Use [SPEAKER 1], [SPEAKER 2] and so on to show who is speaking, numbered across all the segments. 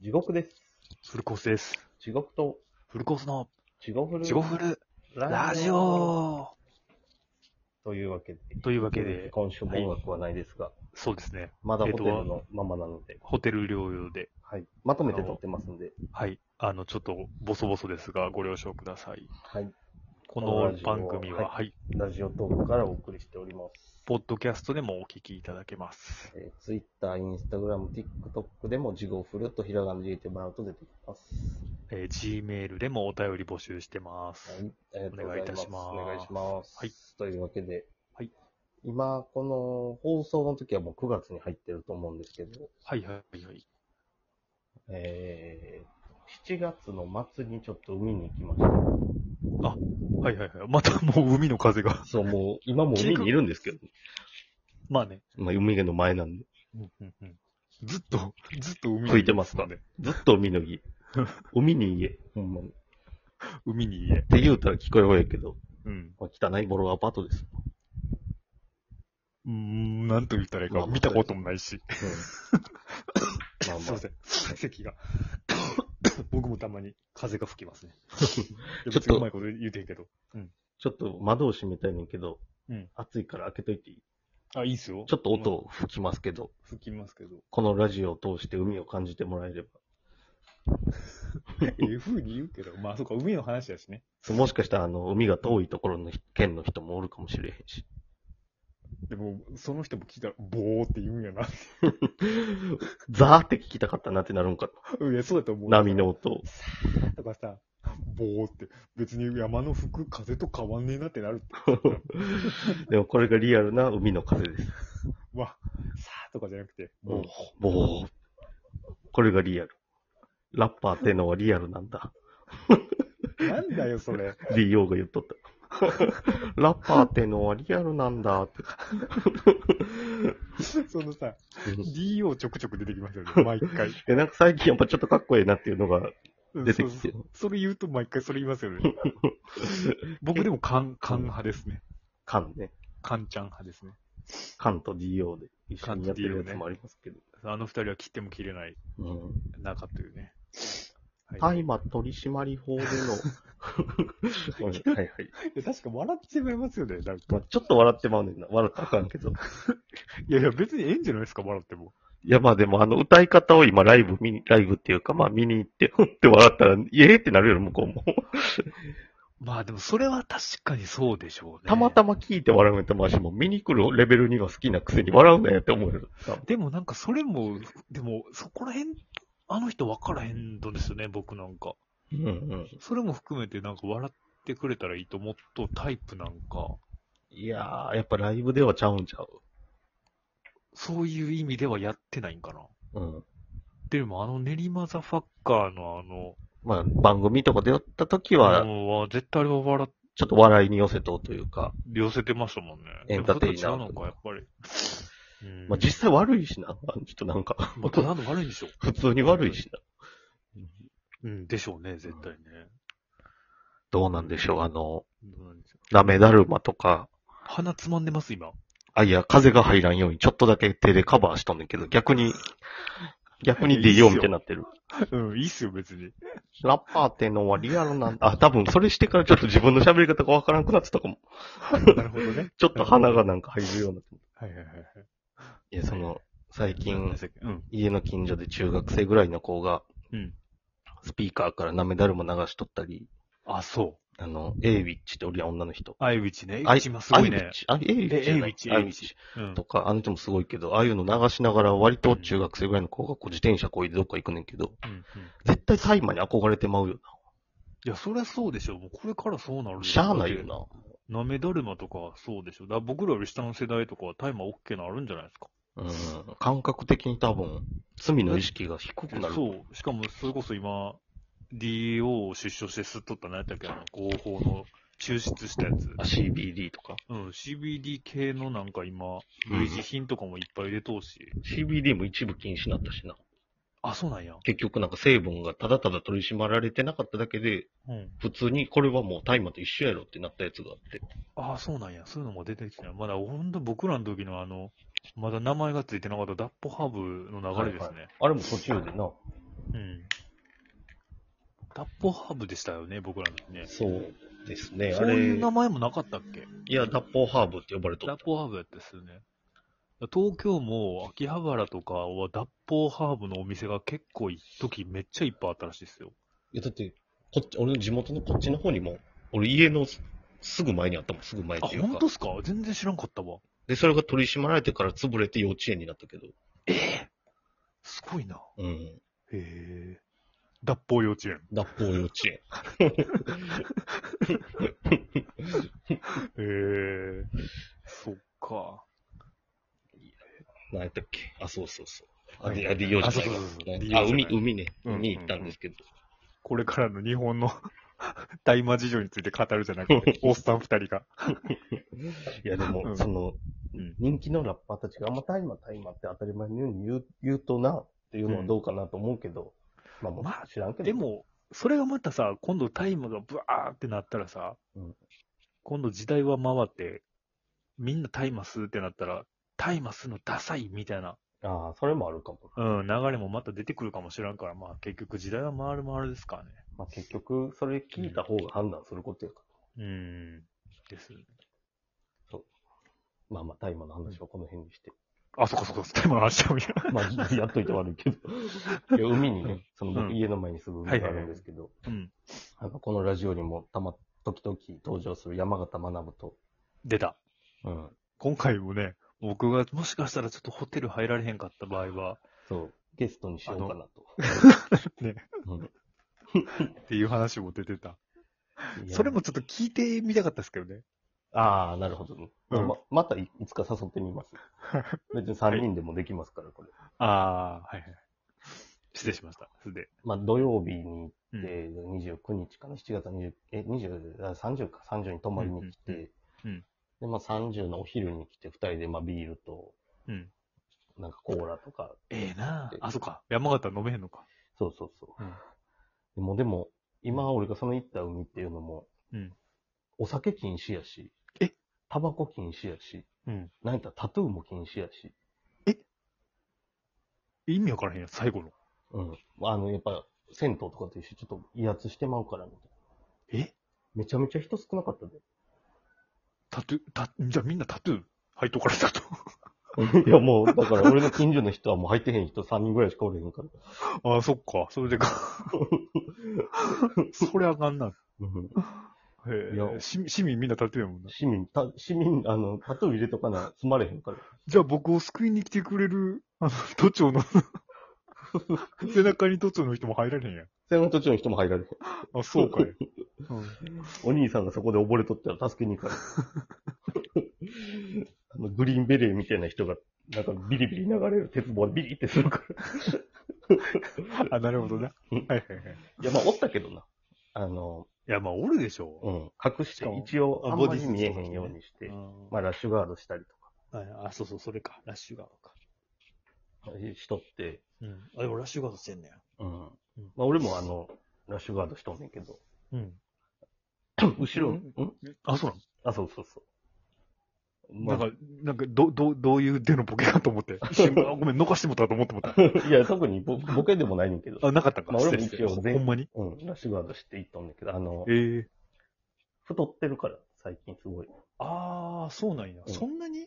[SPEAKER 1] 地獄です。
[SPEAKER 2] フルコースです。
[SPEAKER 1] 地獄と、
[SPEAKER 2] フルコースの、
[SPEAKER 1] 地獄
[SPEAKER 2] ジゴフルラジオ
[SPEAKER 1] というわけで。
[SPEAKER 2] というわけで、
[SPEAKER 1] 今週も音楽はないですが、
[SPEAKER 2] そうですね。
[SPEAKER 1] まだホテルのままなので、
[SPEAKER 2] ホテル療養で、
[SPEAKER 1] はい。まとめて撮ってますんで、
[SPEAKER 2] はい。あの、ちょっと、ボソボソですが、ご了承ください。
[SPEAKER 1] はい。
[SPEAKER 2] こ
[SPEAKER 1] このラ
[SPEAKER 2] の
[SPEAKER 1] ジオは
[SPEAKER 2] 番組は、
[SPEAKER 1] は
[SPEAKER 2] はいい、
[SPEAKER 1] ラジオトークからお送りしております。
[SPEAKER 2] ポッドキャストでもお聞きいただけます。
[SPEAKER 1] えー、Twitter、Instagram、TikTok でも地獄フルとひらがなで入れてもらうと出てきます。
[SPEAKER 2] えー Gmail でもお便り募集してます。
[SPEAKER 1] はい。ありがとうございます。
[SPEAKER 2] お
[SPEAKER 1] お願
[SPEAKER 2] 願
[SPEAKER 1] い
[SPEAKER 2] い
[SPEAKER 1] し
[SPEAKER 2] し
[SPEAKER 1] ます。
[SPEAKER 2] はい。
[SPEAKER 1] というわけで、
[SPEAKER 2] はい。
[SPEAKER 1] 今、この放送の時はもう9月に入ってると思うんですけど、
[SPEAKER 2] はいはいはい。
[SPEAKER 1] えー、7月の末にちょっと海に行きました。
[SPEAKER 2] はいはいはい。またもう海の風が。
[SPEAKER 1] そう、もう、今も海にいるんですけど、
[SPEAKER 2] まあね。
[SPEAKER 1] まあ、海の前 なんで。
[SPEAKER 2] うんうんうんずっと、ずっと海に
[SPEAKER 1] 吹いてますか
[SPEAKER 2] ね。
[SPEAKER 1] ずっと海の家。海に家。ほんまに。っ
[SPEAKER 2] 海に家。
[SPEAKER 1] て言うたら聞こえほやけど、
[SPEAKER 2] うん。
[SPEAKER 1] まあ、汚いボロアパートです。
[SPEAKER 2] うーん、なんと言ったらいい
[SPEAKER 1] まあ
[SPEAKER 2] か、
[SPEAKER 1] まあ
[SPEAKER 2] 見たこともないし。
[SPEAKER 1] まあ ま
[SPEAKER 2] すいません。咳 が。僕もたまに風が吹きます ね。
[SPEAKER 1] ちょっ
[SPEAKER 2] 別
[SPEAKER 1] と
[SPEAKER 2] にうまいこと言うてんけど。
[SPEAKER 1] ちょっと窓を閉めたいねんけど、
[SPEAKER 2] うん
[SPEAKER 1] 暑いから開けといていい
[SPEAKER 2] あ、いいっすよ。
[SPEAKER 1] ちょっと音。を吹きますけど、
[SPEAKER 2] 吹きますけど。
[SPEAKER 1] このラジオを通して海を感じてもらえれば。
[SPEAKER 2] ええ風に言うけど、まあそうか、海の話だしね。
[SPEAKER 1] そうもしかしたら、あの、海が遠いところの県の人もおるかもしれへんし。
[SPEAKER 2] でも、その人も聞いたら、ボーって言うんやな。
[SPEAKER 1] ザーって聞きたかったなってなるんか
[SPEAKER 2] いや、そうだと思う。
[SPEAKER 1] な。波の音 を。
[SPEAKER 2] とかさ、ボーって、別に山の吹く風と変わんねえなってなるって。
[SPEAKER 1] でもこれがリアルな海の風です。
[SPEAKER 2] わ、さーとかじゃなくて、ボー。
[SPEAKER 1] もう、これがリアル。ラッパーってのはリアルなんだ。
[SPEAKER 2] なんだよ、そ れ。
[SPEAKER 1] D.O. が言っとった。 ラッパーってのはリアルなんだって。
[SPEAKER 2] そのさ、
[SPEAKER 1] うん
[SPEAKER 2] DO ちょくちょく出てきますよ ね、毎回。
[SPEAKER 1] えなんか最近やっぱちょっとかっこいいなっていうのが出てき
[SPEAKER 2] そう
[SPEAKER 1] て
[SPEAKER 2] そう。それ言うと毎回それ言いますよ ね。僕でもカン、カン派ですね。
[SPEAKER 1] カンね。
[SPEAKER 2] カンちゃん派ですね。
[SPEAKER 1] カンと D.O. で一緒にやってるやつもありますけど。
[SPEAKER 2] あの二人は切っても切れない
[SPEAKER 1] うん
[SPEAKER 2] 仲というね。は
[SPEAKER 1] 大
[SPEAKER 2] い、
[SPEAKER 1] 麻取締法での。はい はい。
[SPEAKER 2] いや確か笑ってしまいますよね、なん
[SPEAKER 1] まあ
[SPEAKER 2] か。
[SPEAKER 1] ちょっと笑ってまうねんな。笑ったらあかんけど。
[SPEAKER 2] いやいや、別にええんじゃないですか、笑っても。
[SPEAKER 1] いや、まあでも、あの、歌い方を今、ライブ見に、ライブっていうか、まあ見に行って、 ふんって笑ったら、イエーってなるよ、向こうも。
[SPEAKER 2] まあでもそれは確かにそうでしょうね
[SPEAKER 1] たまたま聞いて笑うのと、ましも、見に来るレベルには好きなくせに笑うなやって思うよ。
[SPEAKER 2] でもなんかそれも、でもそこら辺、あの人分からへんのですよね、僕なんか。
[SPEAKER 1] うんうん。
[SPEAKER 2] それも含めてなんか笑ってくれたらいいと思っとタイプなんか、
[SPEAKER 1] いやー、やっぱライブではちゃうんちゃう。
[SPEAKER 2] そういう意味ではやってないんかな。
[SPEAKER 1] うん。
[SPEAKER 2] でもあの練馬ザファッカーのあの、
[SPEAKER 1] まあ、番組とか出会った時
[SPEAKER 2] あ
[SPEAKER 1] は、
[SPEAKER 2] のは絶対あれは笑っ
[SPEAKER 1] ちょっと笑いに寄せとうというか、
[SPEAKER 2] 寄せてましたもんね。
[SPEAKER 1] エンターテイナー
[SPEAKER 2] でもそれと違うのか、やっぱり。うん。
[SPEAKER 1] まあ実際悪いしな。あの人なんか、
[SPEAKER 2] まあ、ただの悪いんでしょ。
[SPEAKER 1] 普通に悪いしな。
[SPEAKER 2] うん、でしょうね、絶対ね。
[SPEAKER 1] どうなんでしょう、あの、
[SPEAKER 2] どうなんでしょう
[SPEAKER 1] ラメダルマとか、
[SPEAKER 2] 鼻つまんでます、今。
[SPEAKER 1] あ、いや、風が入らんように、ちょっとだけ手でカバーしとんねんけど、逆に、逆に DO みたいになってる。
[SPEAKER 2] うん、いいっすよ、別に。
[SPEAKER 1] ラッパーってのはリアルなんだ。あ、多分それしてからちょっと自分の喋り方がわからんくなってたかも。
[SPEAKER 2] なるほどね。
[SPEAKER 1] ちょっと鼻がなんか入るようになって。
[SPEAKER 2] はいはいはいはい。
[SPEAKER 1] いや、その、最
[SPEAKER 2] なん
[SPEAKER 1] 近
[SPEAKER 2] でし、たっけうん。
[SPEAKER 1] 家の近所で中学生ぐらいの子が、
[SPEAKER 2] うん。
[SPEAKER 1] スピーカーからナメダルマ流しとったり、
[SPEAKER 2] あ、そう。
[SPEAKER 1] あの、エイビッチっておりやん女の人。
[SPEAKER 2] アイウィチね。
[SPEAKER 1] あ
[SPEAKER 2] アイウィチもすごい
[SPEAKER 1] アイビ
[SPEAKER 2] ね
[SPEAKER 1] ッ。チあ、エイビッチじゃない。
[SPEAKER 2] えエイビッチ
[SPEAKER 1] エイビッチ
[SPEAKER 2] うん
[SPEAKER 1] とか、あの人もすごいけど、ああいうの流しながら割と中学生ぐらいの子がこう自転車こいでどっか行くねんけど、
[SPEAKER 2] うんうん
[SPEAKER 1] 絶対サイマーに憧れてまうよな。
[SPEAKER 2] いや、そりゃそうでしょ。もうこれからそうなるで
[SPEAKER 1] しゃあないよ。な。
[SPEAKER 2] なめだるまとかはそうでしょ。だから僕らより下の世代とかは大麻 OK のあるんじゃないですか。
[SPEAKER 1] うん。感覚的に多分、罪の意識が低くなる。
[SPEAKER 2] そう。しかも、それこそ今、DO を出所して吸っとった何やったっけ、あの、合法の抽出したやつ。
[SPEAKER 1] あ CBD とか。
[SPEAKER 2] うん、CBD 系のなんか今、
[SPEAKER 1] うん
[SPEAKER 2] 類似品とかもいっぱい入れとうし。
[SPEAKER 1] CBD も一部禁止になったしな。
[SPEAKER 2] あ、そうなんや。
[SPEAKER 1] 結局なんか成分がただただ取り締まられてなかっただけで、
[SPEAKER 2] うん。
[SPEAKER 1] 普通にこれはもう大麻と一緒やろってなったやつがあって。
[SPEAKER 2] ああ、そうなんや。そういうのも出てきてない。まだ、ほんと僕らの時のあの、まだ名前がついてなかったダッポハーブの流れですね。
[SPEAKER 1] あれも途中でな、
[SPEAKER 2] うん。脱法ハーブでしたよね、僕らの時ね。
[SPEAKER 1] そうですね。あ
[SPEAKER 2] そう
[SPEAKER 1] れ、
[SPEAKER 2] いう名
[SPEAKER 1] い
[SPEAKER 2] 前もなかったっけ
[SPEAKER 1] や、脱法ハーブって呼ばれとっ
[SPEAKER 2] 脱法ハーブやったっすよね。東京も秋葉原とかは脱法ハーブのお店が結構一時めっちゃいっぱいあったらしいですよ。
[SPEAKER 1] いや、だって、こっち、俺の地元のこっちの方にも、俺家のすすぐ前にあったもん、すぐ前っ
[SPEAKER 2] あ、
[SPEAKER 1] ていうか。
[SPEAKER 2] 本当っすか全然知らんかったわ。
[SPEAKER 1] で、それが取り締まられてから潰れて幼稚園になったけど。
[SPEAKER 2] すごいな。
[SPEAKER 1] うん。
[SPEAKER 2] へえ。脱法幼稚園。
[SPEAKER 1] 脱法幼稚園。
[SPEAKER 2] へえ。そっか。
[SPEAKER 1] 何やったっけあ、そうそうそう。あ、
[SPEAKER 2] はい
[SPEAKER 1] で、あ、で、幼
[SPEAKER 2] あ、
[SPEAKER 1] 児
[SPEAKER 2] そう
[SPEAKER 1] 園
[SPEAKER 2] そう
[SPEAKER 1] か
[SPEAKER 2] そうそう。
[SPEAKER 1] あ、海、
[SPEAKER 2] 海。
[SPEAKER 1] 海ね。
[SPEAKER 2] うん
[SPEAKER 1] 海に行ったんですけど。
[SPEAKER 2] これからの日本の 大麻事情について語るじゃなく て、おっさん二人が。
[SPEAKER 1] いや、でも、
[SPEAKER 2] うん
[SPEAKER 1] その、
[SPEAKER 2] うん
[SPEAKER 1] 人気のラッパーたちが、あんまタイマー、タイマーって当たり前のように言う、言うとな、っていうのはどうかなと思うけど、まあも
[SPEAKER 2] まあ
[SPEAKER 1] う知らんけど。
[SPEAKER 2] で、も、それがまたさ、今度タイムがブワーってなったらさ、
[SPEAKER 1] うん
[SPEAKER 2] 今度時代は回って、みんなタイマスってなったら、タイマスのダサいみたいな、
[SPEAKER 1] ああ、それもあるかも。
[SPEAKER 2] うん、流れもまた出てくるかもしらんから、まあ結局時代は回る回るですからね。
[SPEAKER 1] まあ結局、それ聞いた方が判断することやから。
[SPEAKER 2] うん、です。
[SPEAKER 1] まあまあ、タイマーの話はこの辺に して。
[SPEAKER 2] あ、そっかそっか、タイマーの話しちゃうんや。
[SPEAKER 1] まあ、やっといて悪いけ ど。いや、海にね、その
[SPEAKER 2] う
[SPEAKER 1] 僕
[SPEAKER 2] ん
[SPEAKER 1] 家の前にすぐ海があるんですけど、
[SPEAKER 2] うん、
[SPEAKER 1] あの、このラジオにもたま、時々登場する山形学と、
[SPEAKER 2] 出た。
[SPEAKER 1] うん、
[SPEAKER 2] 今回もね、僕がもしかしたらちょっとホテル入られへんかった場合は、
[SPEAKER 1] そう、ゲストにしようかなと。
[SPEAKER 2] ね
[SPEAKER 1] うん
[SPEAKER 2] っていう話も出てた。
[SPEAKER 1] いや
[SPEAKER 2] それもちょっと聞いてみたかったですけどね。
[SPEAKER 1] ああ、なるほどね。
[SPEAKER 2] うん
[SPEAKER 1] ままたいいつか誘ってみ ます。別に3人でもできますから、これ。
[SPEAKER 2] ああ、はいはい。失礼しました。すで。
[SPEAKER 1] まあ、土曜日に
[SPEAKER 2] う
[SPEAKER 1] 行っ
[SPEAKER 2] ん
[SPEAKER 1] て、29日かな、7月20、え、20、あ30か、30に泊まりに来て、
[SPEAKER 2] うんうん
[SPEAKER 1] で、まあ30のお昼に来て、2人でまあビールと、
[SPEAKER 2] うん。
[SPEAKER 1] なんかコーラとか、
[SPEAKER 2] ええな
[SPEAKER 1] え
[SPEAKER 2] あ、そっか。山形飲めへんのか。
[SPEAKER 1] そうそうそう。
[SPEAKER 2] うん
[SPEAKER 1] でもでも、今俺がその行った海っていうのも、
[SPEAKER 2] うん
[SPEAKER 1] お酒禁止やし、
[SPEAKER 2] え
[SPEAKER 1] タバコ禁止やし、
[SPEAKER 2] うん。
[SPEAKER 1] なんやったらタトゥーも禁止やし、
[SPEAKER 2] 意味わからへんやん、最後の。
[SPEAKER 1] うん。あの、やっぱ、銭湯とかと一緒にちょっと威圧してまうから、みたいな。
[SPEAKER 2] え
[SPEAKER 1] めちゃめちゃ人少なかったで。
[SPEAKER 2] タトゥー、タ、じゃあみんなタトゥー入っとかれたと。
[SPEAKER 1] いや、もう、だから俺の近所の人はもう入ってへん人3人ぐらいしかおれへんから。
[SPEAKER 2] ああ、そっか。それ でか。それあかんな。
[SPEAKER 1] い
[SPEAKER 2] へ
[SPEAKER 1] や
[SPEAKER 2] え。市民市民みんなタトゥーやもんな。
[SPEAKER 1] 市民、た市民、あの、タトゥー入れとかな、済まれへん から。
[SPEAKER 2] じゃあ僕を救いに来てくれる、あの、都庁の、 背中に都庁の人も入られへんやん。
[SPEAKER 1] その途中の人も入られへん。
[SPEAKER 2] あ、そうかい。うん
[SPEAKER 1] お兄さんがそこで溺れとったら助けに行くから。 あの、グリーンベレーみたいな人が、なんかビリビリ流れる鉄棒でビリってするから。
[SPEAKER 2] あ、なるほどな。はいはいはい。
[SPEAKER 1] いや、まあ、おったけどな。あの、
[SPEAKER 2] いや、まあ、おるでしょう。
[SPEAKER 1] うん、隠し
[SPEAKER 2] してかも、
[SPEAKER 1] 一応、
[SPEAKER 2] あ
[SPEAKER 1] あんま
[SPEAKER 2] ボディ
[SPEAKER 1] り
[SPEAKER 2] スーツ
[SPEAKER 1] 見えへんようにして、
[SPEAKER 2] うん
[SPEAKER 1] まあ、ラッシュガードしたりとか
[SPEAKER 2] あ、そうそう、それか。ラッシュガードか。
[SPEAKER 1] しとって、
[SPEAKER 2] うん。あ、でもラッシュガードしてんねや。
[SPEAKER 1] うん。まあ、俺もあの、ラッシュガードしとんねんけ ど、
[SPEAKER 2] うん。
[SPEAKER 1] 後ろ、
[SPEAKER 2] うん
[SPEAKER 1] ん
[SPEAKER 2] あ、そう
[SPEAKER 1] あ、そうそうそう。
[SPEAKER 2] な
[SPEAKER 1] ま
[SPEAKER 2] のなんか、なんか、ど、ど、どういう手のボケかと思 って。一瞬あごめん、逃してもったと思ってもった。
[SPEAKER 1] あ、いや、特にボボケでもないねんけど、
[SPEAKER 2] あ、なかったんか。
[SPEAKER 1] まあ俺も
[SPEAKER 2] 失
[SPEAKER 1] 一
[SPEAKER 2] 礼
[SPEAKER 1] 応
[SPEAKER 2] 失
[SPEAKER 1] 全
[SPEAKER 2] 礼ほんまに
[SPEAKER 1] うん、ラッシュガードしていっとんねんけど、あの、
[SPEAKER 2] ええ
[SPEAKER 1] 太ってるから、最近すごい。
[SPEAKER 2] ああ、そうなんや。
[SPEAKER 1] うん
[SPEAKER 2] そんなに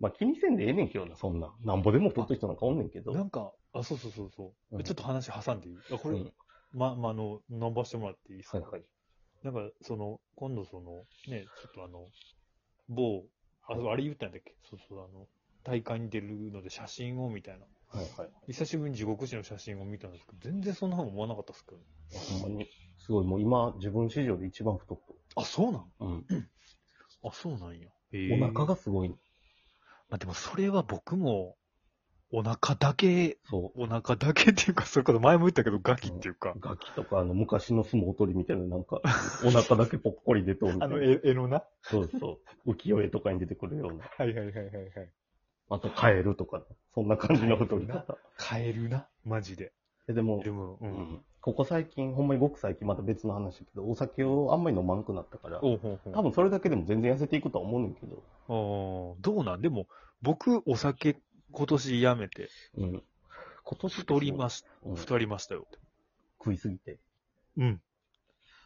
[SPEAKER 1] まあ、気にせんでええねんけどな、そんな。なんぼでも太ってる人なんかおんねんけど。
[SPEAKER 2] なんか、あ、そうそうそうそう、
[SPEAKER 1] うん
[SPEAKER 2] ちょっと話挟んでいいあ、これ、
[SPEAKER 1] うん
[SPEAKER 2] ま、ま、あの、伸ばしてもらっていいですか、
[SPEAKER 1] はいはい。
[SPEAKER 2] なんか、その、今度その、ね、ちょっとあの、某、あ、そうあれ言ったんだっけそうそう、あの、大会に出るので写真をみたいな。
[SPEAKER 1] はいはい。
[SPEAKER 2] 久しぶりに地獄師の写真を見たんですけど、全然そんな風に思わなかったですけど。
[SPEAKER 1] ほんまに。すごい、もう今、自分史上で一番太っと
[SPEAKER 2] あ、そうなん
[SPEAKER 1] る。うん。
[SPEAKER 2] あ、そうなんや。
[SPEAKER 1] お腹がすごいね。
[SPEAKER 2] まあでもそれは僕も、お腹だけ、
[SPEAKER 1] そ
[SPEAKER 2] お腹だけっていうか、それこそ前も言ったけど、ガキっていうか
[SPEAKER 1] う。、ガキとか、あの、昔の相撲取りみたいな、なんか、お腹だけぽっこり出とるみた
[SPEAKER 2] あ
[SPEAKER 1] いな
[SPEAKER 2] の、。え、えのな。
[SPEAKER 1] そうそう。浮世絵とかに出てくるような。
[SPEAKER 2] はいはいはいはいはい。
[SPEAKER 1] あと、カエルとか、そんな感じの太り方。
[SPEAKER 2] カエルな、マジで。
[SPEAKER 1] えでも
[SPEAKER 2] で、も、う。
[SPEAKER 1] うんんここ最近、ほんまにごく最近、また別の話だけど、お酒をあんまり飲まんくなったから、
[SPEAKER 2] おうほうほう
[SPEAKER 1] 多分それだけでも全然痩せていくとは思うねんけど、
[SPEAKER 2] ああ、どうなんでも、僕、お酒、今年やめて、
[SPEAKER 1] うん。今年。
[SPEAKER 2] 太りますす。
[SPEAKER 1] うん
[SPEAKER 2] 太りましたよ。
[SPEAKER 1] 食いすぎて。
[SPEAKER 2] うん。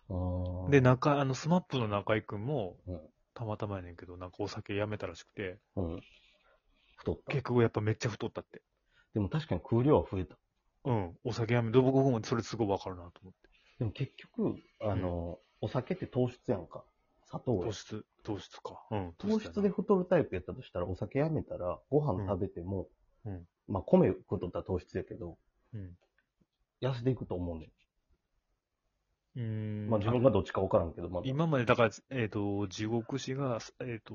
[SPEAKER 1] あー
[SPEAKER 2] で、、中、あの、スマップの中井くんも
[SPEAKER 1] うん、
[SPEAKER 2] たまたまやねんけど、なんかお酒やめたらしくて、
[SPEAKER 1] うん。太った。
[SPEAKER 2] 結構やっぱめっちゃ太ったって。
[SPEAKER 1] でも確かに食う量は増えた。
[SPEAKER 2] うん。お酒やめ、僕もそれすごいわかるなと思って。
[SPEAKER 1] でも結局、あの、お酒って糖質やんか。砂糖や
[SPEAKER 2] 糖質、糖質か。うん。
[SPEAKER 1] 糖
[SPEAKER 2] やな
[SPEAKER 1] 質で。太るタイプやったとしたら、お酒やめたら、ご飯食べても、
[SPEAKER 2] うんうん
[SPEAKER 1] まあ米食うとったら糖質やけど、
[SPEAKER 2] うん。
[SPEAKER 1] 痩せていくと思うね
[SPEAKER 2] うーん。
[SPEAKER 1] ん。まあ自分がどっちかわからんけど、まだ。
[SPEAKER 2] 今まで、だから、えっ、と、地獄師が、えっ、と、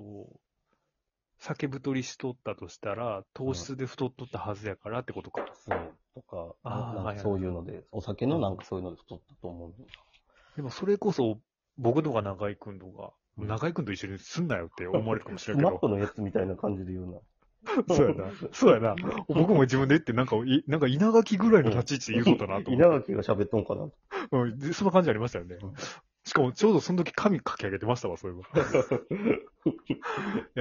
[SPEAKER 2] 酒太りしとったとしたら、糖質で太っとったはずやからってことか。
[SPEAKER 1] そう。とか、
[SPEAKER 2] あー
[SPEAKER 1] なん
[SPEAKER 2] は
[SPEAKER 1] か
[SPEAKER 2] いはい
[SPEAKER 1] そういうので、お酒のなんかそういうので太ったと思うねん。
[SPEAKER 2] でもそれこそ、僕とか中井くんとか、
[SPEAKER 1] うん
[SPEAKER 2] 中井くんと一緒にすんなよって思われるかもしれん け
[SPEAKER 1] マッ
[SPEAKER 2] ど
[SPEAKER 1] プ。のやつみたいな感じで言うな。
[SPEAKER 2] そうやな。 そうやな。僕も自分で言って、なんか、いなんか稲垣ぐらいの立ち位置で言うことだなと
[SPEAKER 1] 稲
[SPEAKER 2] 思って。
[SPEAKER 1] 垣が喋っとんかな。
[SPEAKER 2] うんで、そんな感じありましたよね
[SPEAKER 1] うん。
[SPEAKER 2] しかも、ちょうどその時髪かき上げてましたわ、そういえ ば。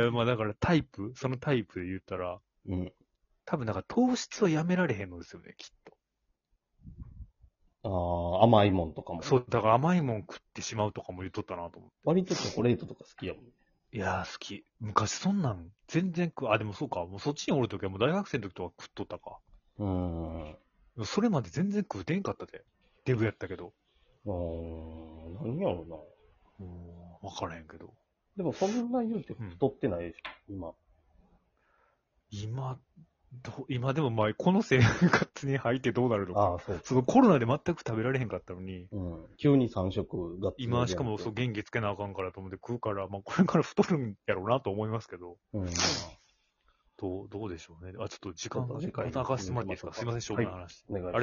[SPEAKER 2] いや、まあだからタイプ、そのタイプで言ったら、
[SPEAKER 1] うん。
[SPEAKER 2] 多分なんか糖質はやめられへんのですよね、きっ
[SPEAKER 1] ああ、甘いもんとかも
[SPEAKER 2] と。。そう、だから甘いもん食ってしまうとかも言っとったなと思っ
[SPEAKER 1] 割とチョコレートとか好きやもん。
[SPEAKER 2] て。いやー、好き。昔そんなん、全然食う、あ、でもそうか、もうそっちにおる時はもう大学生の時とか食っとったか。
[SPEAKER 1] うーん。
[SPEAKER 2] それまで全然食うてんかったで。デブやったけど。
[SPEAKER 1] うーん、何やろうな。
[SPEAKER 2] うん、わからへんけど。
[SPEAKER 1] でもそんな言うて太ってないでしょ、今。
[SPEAKER 2] 今、ど今でもまあ、この生活に入ってどうなるのか。
[SPEAKER 1] ああ、そう。
[SPEAKER 2] そのコロナで全く食べられへんかったのに、
[SPEAKER 1] うん。急に3食が
[SPEAKER 2] 今しかもそう元気つけなあかんからと思って食うから、まあこれから太るんやろうなと思いますけど、
[SPEAKER 1] うん。
[SPEAKER 2] どう、どうでしょうね。あ、ちょっと時間が
[SPEAKER 1] ちょっと次回
[SPEAKER 2] また明かしてもらっていいですかすいません、しょうもない話。
[SPEAKER 1] お願いします
[SPEAKER 2] あれ